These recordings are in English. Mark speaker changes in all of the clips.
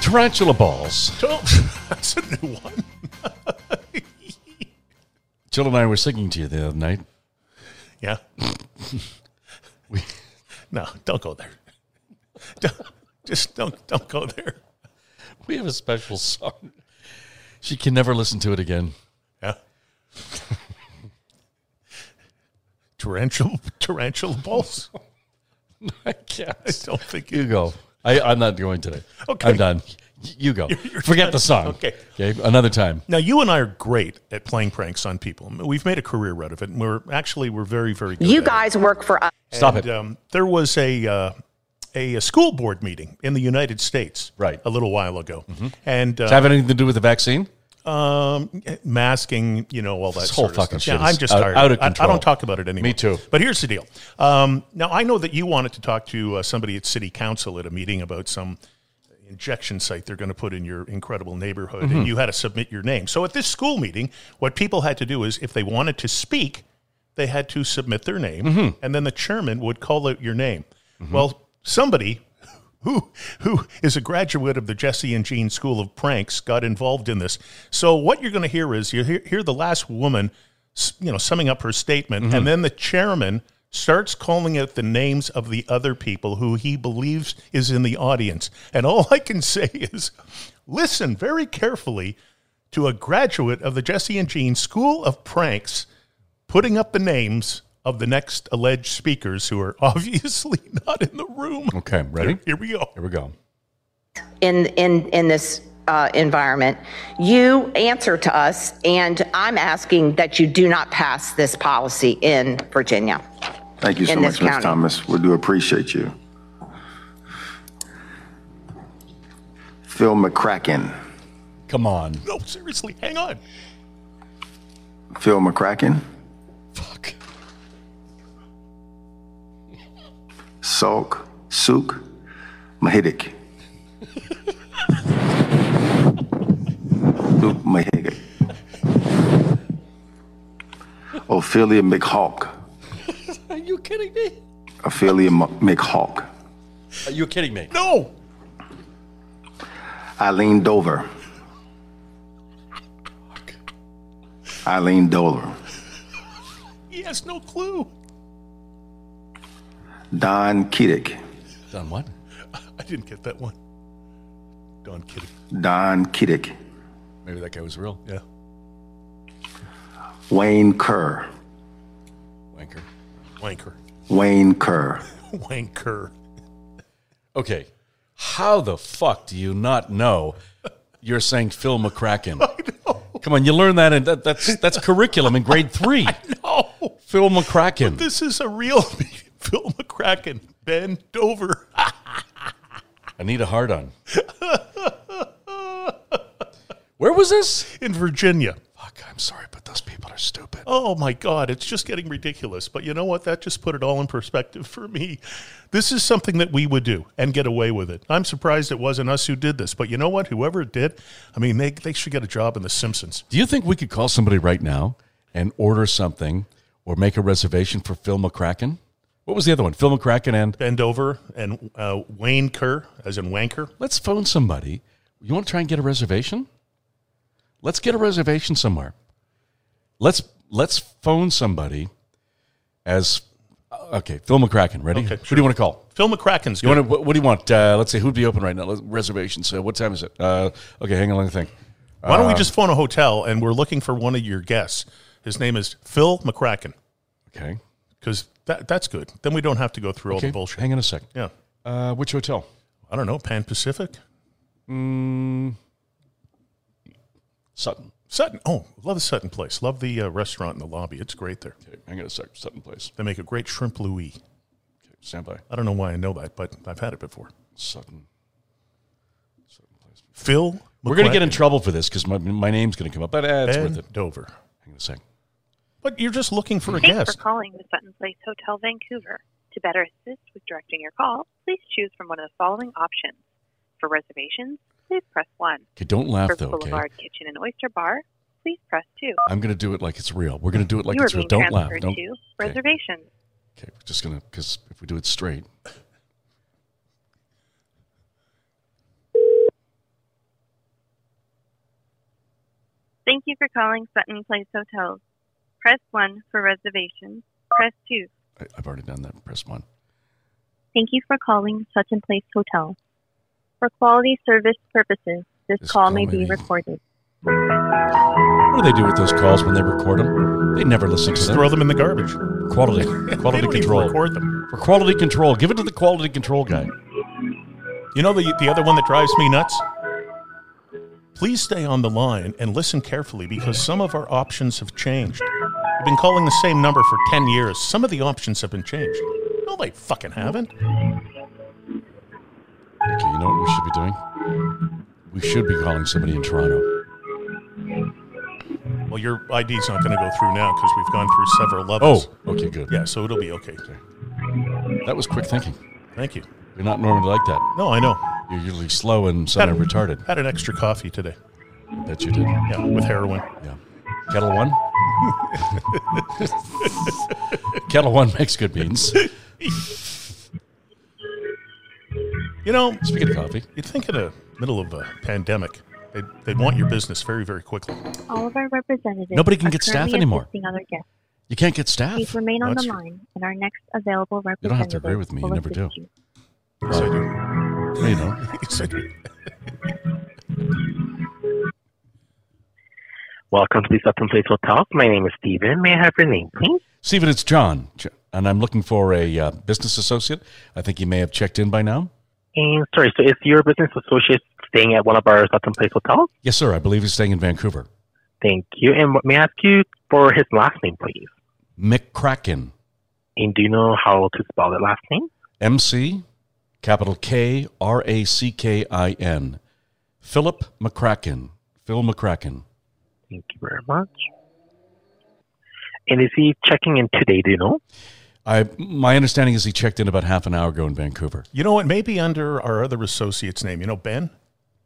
Speaker 1: tarantula balls.
Speaker 2: That's a new one.
Speaker 1: Jill and I were singing to you the other night.
Speaker 2: Yeah.
Speaker 1: We,
Speaker 2: No, don't go there. Don't, just don't don't go there.
Speaker 1: we have a special song. She can never listen to it again.
Speaker 2: Yeah. tarantula tarantula balls.
Speaker 1: I guess.
Speaker 2: Don't think
Speaker 1: You go. I, I'm not going today.
Speaker 2: Okay.
Speaker 1: I'm done. Y- You go.
Speaker 2: you're
Speaker 1: Forget
Speaker 2: done.
Speaker 1: the song.
Speaker 2: Okay.
Speaker 1: Okay. Another time.
Speaker 2: Now you and I are great at playing pranks on people. We've made a career out of it, and we're actually we're very very good.
Speaker 3: You
Speaker 2: at it.
Speaker 3: guys work for us.
Speaker 1: Stop
Speaker 2: And,
Speaker 1: it.
Speaker 2: Um, there was a, uh, a a school board meeting in the United States,
Speaker 1: Right. Mm-hmm.
Speaker 2: a little while ago, and uh,
Speaker 1: Does it have anything to do with the vaccine?
Speaker 2: um, masking, you know, all that.
Speaker 1: This whole
Speaker 2: sort of
Speaker 1: fucking
Speaker 2: stuff.
Speaker 1: shit
Speaker 2: Yeah, I'm
Speaker 1: is
Speaker 2: just
Speaker 1: out-
Speaker 2: tired.
Speaker 1: out of
Speaker 2: I- I,
Speaker 1: control.
Speaker 2: don't talk about it anymore.
Speaker 1: too.
Speaker 2: But here's the deal. Um, now I know that you wanted to talk to uh, somebody at City Council at a meeting about some injection site they're going to put in your incredible neighborhood,
Speaker 1: Mm-hmm.
Speaker 2: and you had to submit your name. So at this school meeting, what people had to do is, if they wanted to speak, they had to submit their name, and then the chairman would call out your name. Well, somebody who who is a graduate of the Jesse and Jean School of Pranks got involved in this. So what you're going to hear is you hear, hear the last woman, s- you know, summing up her statement, and then the chairman starts calling out the names of the other people who he believes is in the audience. And all I can say is, listen very carefully to a graduate of the Jesse and Jean School of Pranks putting up the names of the next alleged speakers who are obviously not in the room.
Speaker 1: Okay. Ready?
Speaker 2: Here we go.
Speaker 1: Here we go.
Speaker 3: in in in this uh, environment. You answer to us, and I'm asking that you do not pass this policy in Virginia.
Speaker 4: Thank you so
Speaker 3: in
Speaker 4: much,
Speaker 3: this
Speaker 4: Ms.
Speaker 3: county.
Speaker 4: Thomas. We do appreciate you. Phil McCracken.
Speaker 1: Come on.
Speaker 2: No, seriously, hang on.
Speaker 4: Phil McCracken.
Speaker 1: Fuck.
Speaker 4: Salk. Suk. Mahidic. Luke Mahidic. Ophelia McHawk.
Speaker 1: Are you kidding me?
Speaker 4: Ophelia M- McHawk.
Speaker 1: Are you kidding me?
Speaker 2: No.
Speaker 4: Eileen Dover. Eileen Dover.
Speaker 2: He has no clue.
Speaker 4: Don Kiddick.
Speaker 1: Done what?
Speaker 2: I didn't get that one. Don kidding.
Speaker 4: Don Kiddick.
Speaker 1: Maybe that guy was real.
Speaker 2: Yeah.
Speaker 4: Wayne Kerr.
Speaker 1: Wanker.
Speaker 2: Wanker.
Speaker 4: Wayne Kerr.
Speaker 2: Wanker.
Speaker 1: Okay. How the fuck do you not know you're saying Phil McCracken? Come on, you learn that, and that, that's that's curriculum in grade three.
Speaker 2: No.
Speaker 1: Phil McCracken.
Speaker 2: This is a real meeting. Phil McCracken. Ben Dover.
Speaker 1: I need a hard on. Where was this?
Speaker 2: In Virginia.
Speaker 1: Fuck, I'm sorry, but those people are stupid.
Speaker 2: Oh my God, it's just getting ridiculous. But you know what? That just put it all in perspective for me. This is something that we would do and get away with it. I'm surprised it wasn't us who did this. But you know what? Whoever did, I mean, they, they should get a job in The Simpsons.
Speaker 1: Do you think we could call somebody right now and order something or make a reservation for Phil McCracken? What was the other one? Phil McCracken and
Speaker 2: Bend over and uh, Wayne Kerr, as in Wanker.
Speaker 1: let's phone somebody. You want to try and get a reservation? Let's get a reservation somewhere. Let's let's phone somebody as uh, okay, Phil McCracken, ready?
Speaker 2: Okay,
Speaker 1: Who do you want to call?
Speaker 2: Phil McCracken's
Speaker 1: You
Speaker 2: good.
Speaker 1: want to, what, what do you want? Uh, let's see who'd be open right now. Let's- Reservations. Uh, what time is it? Uh, okay, hang on, let me think.
Speaker 2: Why
Speaker 1: Uh,
Speaker 2: don't we just phone a hotel and we're looking for one of your guests? His name is Phil McCracken
Speaker 1: Okay.
Speaker 2: because that, that's good. Then we don't have to go through all
Speaker 1: Okay.
Speaker 2: the bullshit.
Speaker 1: Hang on a sec.
Speaker 2: Yeah.
Speaker 1: Uh, which hotel?
Speaker 2: I don't know. Pan Pacific?
Speaker 1: Sutton.
Speaker 2: Sutton. Oh, love the Sutton place. Love the uh, restaurant in the lobby. It's great there.
Speaker 1: Okay, hang on a sec. Sutton Place.
Speaker 2: They make a great shrimp Louis.
Speaker 1: Okay, stand by.
Speaker 2: I don't know why I know that, but I've had it before.
Speaker 1: Sutton.
Speaker 2: Phil.
Speaker 1: We're going to get in trouble for this because my, my name's going to come up, but eh, it's worth it.
Speaker 2: Dover.
Speaker 1: Hang on a sec.
Speaker 2: But you're just looking for a
Speaker 5: Thanks
Speaker 2: guest.
Speaker 5: for calling the Sutton Place Hotel Vancouver. To better assist with directing your call, please choose from one of the following options. For reservations, please press 1.
Speaker 1: Okay, don't laugh
Speaker 5: For
Speaker 1: though, okay?
Speaker 5: Boulevard Kitchen and Oyster Bar, please press 2.
Speaker 1: I'm going to do it like it's real. We're going to do it like
Speaker 5: you are
Speaker 1: it's real.
Speaker 5: being
Speaker 1: Don't laugh.
Speaker 5: transferred
Speaker 1: Don't.
Speaker 5: to
Speaker 1: Okay.
Speaker 5: reservations.
Speaker 1: okay, we're just going to, because if we do it straight.
Speaker 5: Thank you for calling Sutton Place Hotels. Press 1 for reservations. Press 2.
Speaker 1: I, I've already done that. Press one.
Speaker 5: Thank you for calling Sutton Place Hotel. For quality service purposes, this,
Speaker 1: This
Speaker 5: call may
Speaker 1: call may
Speaker 5: be
Speaker 1: be-
Speaker 5: recorded.
Speaker 1: What do they do with those calls when they record them? They never listen to
Speaker 2: Just
Speaker 1: them.
Speaker 2: throw them in the garbage.
Speaker 1: quality,
Speaker 2: They
Speaker 1: quality
Speaker 2: don't even
Speaker 1: control.
Speaker 2: record them.
Speaker 1: For quality control, give it to the quality control guy.
Speaker 2: You know the the other one that drives me nuts. Please stay on the line and listen carefully because some of our options have changed. We've been calling the same number for ten years. Some of the options have been changed. No, they fucking haven't.
Speaker 1: Okay, you know what we should be doing? We should be calling somebody in Toronto.
Speaker 2: Well, your ID's not going to go through now because we've gone through several
Speaker 1: Oh,
Speaker 2: levels.
Speaker 1: okay, good.
Speaker 2: yeah, so it'll be okay.
Speaker 1: That was quick thinking.
Speaker 2: Thank you.
Speaker 1: You're not normally like that.
Speaker 2: No, I know.
Speaker 1: You're usually slow and suddenly retarded.
Speaker 2: Had an extra coffee today.
Speaker 1: Bet you did.
Speaker 2: Yeah, with heroin.
Speaker 1: Yeah. Kettle one? Kettle one makes good beans.
Speaker 2: You know,
Speaker 1: Speaking of coffee,
Speaker 2: you'd think in the middle of a pandemic, they'd, they'd want your business very, very quickly.
Speaker 5: All of our representatives
Speaker 1: Nobody can
Speaker 5: are
Speaker 1: get staff
Speaker 5: currently
Speaker 1: anymore.
Speaker 5: assisting Other guests.
Speaker 1: you can't get staff.
Speaker 5: Please remain on
Speaker 2: That's
Speaker 5: the
Speaker 2: true.
Speaker 5: line, and our next available
Speaker 1: You
Speaker 5: representative
Speaker 1: don't have to agree with me. You
Speaker 5: will
Speaker 1: never do.
Speaker 5: assist you.
Speaker 2: Yes, I do.
Speaker 1: You know,
Speaker 2: Yes, I do.
Speaker 6: Welcome to the Sutton Place Hotel. My name is Steven. May I have your name, please?
Speaker 1: Stephen, it's John, J- and I'm looking for a uh, business associate. I think he may have checked in by now.
Speaker 6: And sorry, so is your business associate staying at one of our Sutton Place hotels?
Speaker 1: Yes, sir. I believe he's staying in Vancouver.
Speaker 6: Thank you. And what- may I ask you for his last name, please?
Speaker 1: McCracken,
Speaker 6: And do you know how to spell that last name?
Speaker 1: MC, capital K R A C K I N, Philip McCracken, Phil McCracken.
Speaker 6: Thank you very much. And is he checking in today? Do you know?
Speaker 1: I my understanding is he checked in about half an hour ago in Vancouver.
Speaker 2: You know what? Maybe under our other associate's name. You know, Ben?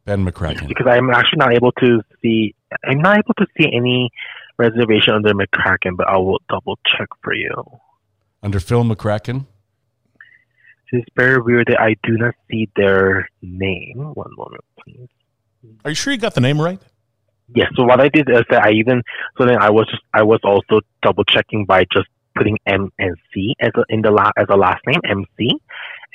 Speaker 1: Ben McCracken.
Speaker 6: Because I'm actually not able to see. I'm not able to see any reservation under McCracken, but I will double check for you.
Speaker 1: Under Phil McCracken.
Speaker 6: It's very weird that I do not see their name. One moment, please.
Speaker 2: Are you sure you got the name right?
Speaker 6: Yes. So what I did is that I even so then I was just I was also double checking by just putting M and C as a, in the la, as a last name MC,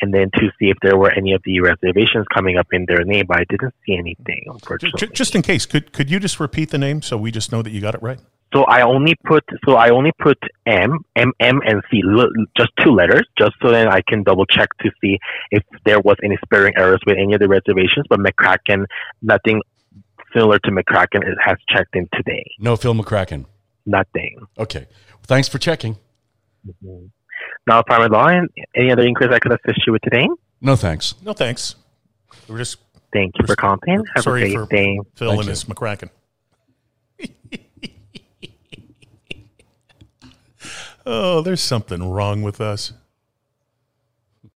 Speaker 6: and then to see if there were any of the reservations coming up in their name, but I didn't see anything
Speaker 2: J-
Speaker 6: unfortunately.
Speaker 2: j- just in case, could, could you just repeat the name so we just know that you got it right?
Speaker 6: so I only put so I only put M M M and C l- just two letters just so then I can double check to see if there was any spelling errors with any of the reservations, but McCracken nothing similar to McCracken it has checked in today.
Speaker 1: No, Phil McCracken.
Speaker 6: Nothing.
Speaker 1: Okay. Thanks for checking.
Speaker 6: Now, Prime Law, any other inquiries I could assist you with today?
Speaker 1: No thanks.
Speaker 2: No, thanks. We're just
Speaker 6: Thank you for calling. in. Have
Speaker 2: sorry
Speaker 6: a
Speaker 2: for
Speaker 6: great day.
Speaker 2: Phil
Speaker 1: Thank
Speaker 2: and
Speaker 1: you.
Speaker 2: Miss McCracken. oh, there's something wrong with us.